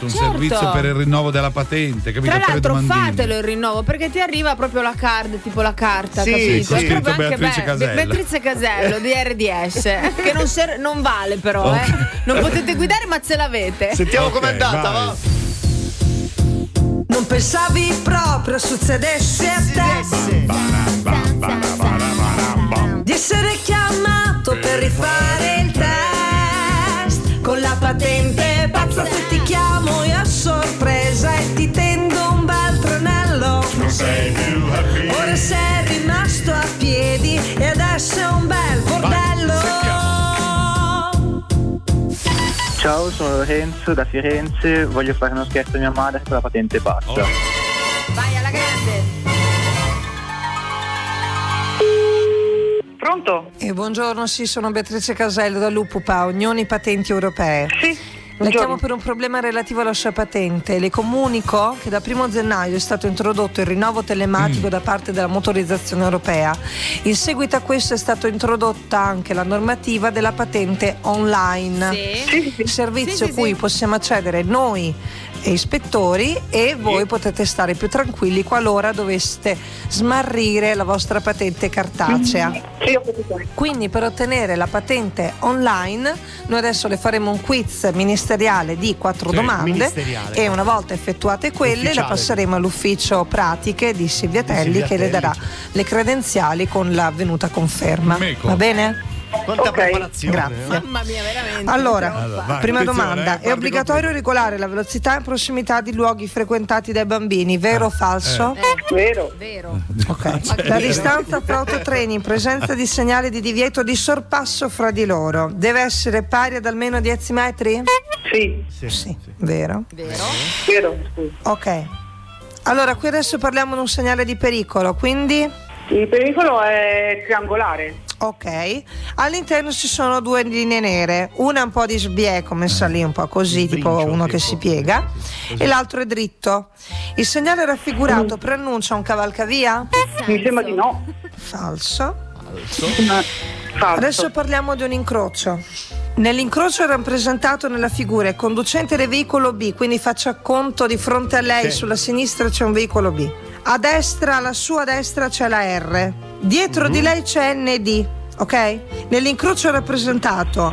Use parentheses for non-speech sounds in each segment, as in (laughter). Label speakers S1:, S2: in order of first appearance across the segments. S1: un
S2: Certo.
S1: servizio per il rinnovo della patente, capito?
S2: Tra
S1: Tre
S2: l'altro
S1: domandine.
S2: fatelo il rinnovo perché ti arriva proprio la card, tipo la carta,
S3: Sì,
S2: capito?
S3: sì. Con
S2: È proprio
S1: scritto
S2: anche
S1: Beatrice
S2: bello. Be-
S1: Casella.
S2: Beatrice Casello di RDS, eh, che non, ser- non vale però, eh. Non potete guidare ma ce l'avete.
S3: Sentiamo
S1: Ok,
S3: com'è andata,
S1: vai.
S3: va?
S4: Non pensavi proprio succedesse a te di essere chiamato per rifare il test con la patente pazza se ti chiamo io a sorpresa e ti tendo un bel tranello ora sei rimasto a piedi e adesso è un bel bordello
S5: Ciao, sono Lorenzo da Firenze, voglio fare uno scherzo a mia madre con la patente basta.
S1: Oh.
S2: Vai alla grande.
S6: Pronto?
S4: E buongiorno, sì, sono Beatrice Casello da Lupupa, Unioni Patenti Europee.
S6: Sì.
S4: La
S6: Buongiorno.
S4: chiamo per un problema relativo alla sua patente. Le comunico che da 1 gennaio è stato introdotto il rinnovo telematico da parte della motorizzazione europea. In seguito a questo è stata introdotta anche la normativa della patente online.
S2: Sì.
S6: Sì, sì,
S4: Il
S6: sì.
S4: servizio
S2: Sì, sì,
S4: cui
S2: sì.
S4: possiamo accedere noi eh, ispettori e voi potete stare più tranquilli qualora doveste smarrire la vostra patente cartacea.
S6: Sì, ho capito.
S4: Quindi per ottenere la patente online noi adesso le faremo un quiz ministeriale di quattro
S1: Sì,
S4: domande
S3: ministeriale.
S4: e una volta effettuate quelle la
S3: Ufficiale.
S4: passeremo all'ufficio pratiche di Silvia
S3: Di
S4: Telli
S3: Silvia
S4: che le
S3: Telli.
S4: darà le credenziali con l'avvenuta conferma.
S1: Meco.
S4: Va bene?
S3: Quanta
S6: Ok,
S3: preparazione.
S4: grazie.
S3: eh?
S2: Mamma mia, veramente.
S4: Allora,
S1: Allora, vai, attenzione,
S4: prima
S1: eh,
S4: domanda,
S1: guardi
S4: è obbligatorio
S1: con-
S4: regolare la velocità in prossimità di luoghi frequentati dai bambini, vero o falso?
S2: Eh,
S6: Vero.
S2: vero.
S4: Ok.
S2: Cioè,
S4: La
S2: eh.
S4: distanza tra autotreni in presenza di segnali di divieto di sorpasso fra di loro deve essere pari ad almeno 10 metri?
S6: Sì,
S3: Sì.
S4: Sì, vero.
S2: Vero.
S6: vero. scusi.
S4: Ok. Allora, qui adesso parliamo di un segnale di pericolo, quindi
S6: Il pericolo è triangolare.
S4: ok. All'interno ci sono due linee nere, una è un po' di sbie, come sa lì, un po' così,
S3: Il
S4: tipo
S3: brincio,
S4: uno
S3: tipo.
S4: che si piega, e l'altro è dritto. Il segnale raffigurato preannuncia un cavalcavia?
S6: Mi
S2: Certo.
S6: sembra di no.
S4: Falso.
S6: Falso.
S4: Adesso parliamo di un incrocio. Nell'incrocio è rappresentato nella figura il conducente del veicolo B, quindi faccia conto di fronte a lei,
S3: Sì.
S4: sulla sinistra c'è un veicolo B. A destra, alla sua destra c'è la R. Dietro di lei c'è ND, ok? Nell'incrocio è rappresentato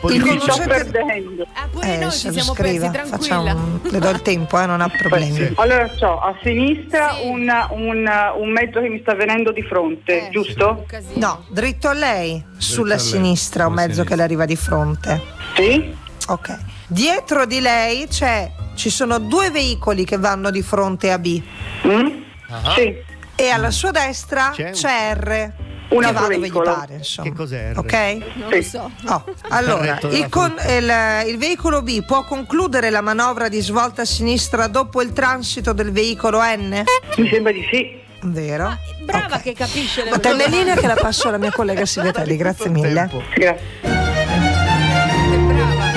S3: Poi
S4: il
S3: dici-
S6: Mi sto
S4: conducente
S6: perdendo.
S2: Ah, pure
S4: eh,
S2: noi
S4: se
S2: ci
S4: lo
S2: siamo
S4: scriva,
S2: persi, tranquilla.
S4: facciamo- le
S2: (laughs)
S4: do il tempo, eh, non ha problemi.
S3: Sì.
S6: Allora c'ho a sinistra
S2: Sì.
S6: un, un- un mezzo che mi sta venendo di fronte,
S2: Eh, un
S6: giusto?
S2: casino.
S4: No, dritto a lei, sulla
S1: a lei,
S4: sinistra, un
S1: sulla
S4: mezzo che
S1: sinistra.
S4: le arriva di fronte.
S6: Sì.
S4: Ok. Dietro di lei c'è, ci sono due veicoli che vanno di fronte a B
S6: Mm?
S3: Ah.
S6: Sì.
S4: e alla sua destra
S3: C'è
S4: c'è,
S3: un-
S4: R.
S6: Un
S4: che va dove gli
S6: veicolo.
S4: pare, insomma.
S3: Che cos'è R?
S4: Ok?
S2: Non
S6: Sì.
S2: lo so.
S4: Oh, allora,
S3: retto della
S4: il, con- il- il veicolo B può concludere la manovra di svolta a sinistra dopo il transito del veicolo N?
S6: Mi sembra di sì.
S4: Vero?
S2: Ah, Brava
S4: Ok.
S2: che capisce le
S4: Tenne
S2: domande.
S4: linea che la passo alla mia collega Silvia Telli, grazie mille.
S3: Tempo.
S6: Grazie.
S2: Brava.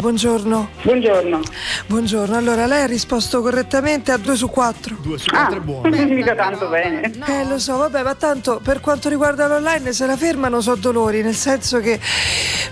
S4: Buongiorno,
S6: Buongiorno.
S4: buongiorno. Allora, lei ha risposto correttamente a 2 su 4.
S3: Due
S6: Ah.
S3: su quattro è buono.
S6: non (laughs) mi mica tanto bene.
S2: No.
S4: Eh lo so, vabbè, ma tanto per quanto riguarda l'online se la fermano so dolori, nel senso che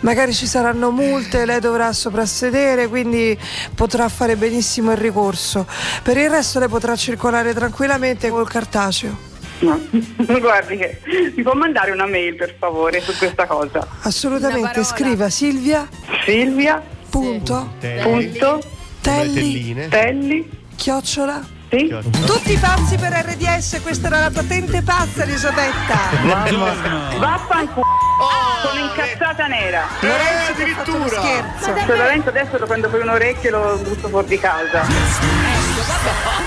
S4: magari ci saranno multe, lei dovrà soprassedere, quindi potrà fare benissimo il ricorso. Per il resto lei potrà circolare tranquillamente col cartaceo.
S6: No. (laughs) Guardi che mi può mandare una mail per favore su questa cosa.
S2: Una
S4: Assolutamente,
S2: parola.
S4: scriva Silvia.
S6: Silvia
S4: Punto.
S3: Telli.
S6: punto
S4: Telli.
S3: Telline.
S6: Telli
S4: Chiocciola.
S6: sì.
S4: Tutti pazzi per RDS, questa era la patente pazza, Elisabetta.
S1: Madonna.
S6: Oh. Vaffanculo. Sono incazzata nera.
S3: Eh,
S4: Ti ho fatto uno
S3: addirittura.
S4: Scherzo.
S6: Solamente adesso lo prendo per un orecchio e lo butto fuori di casa.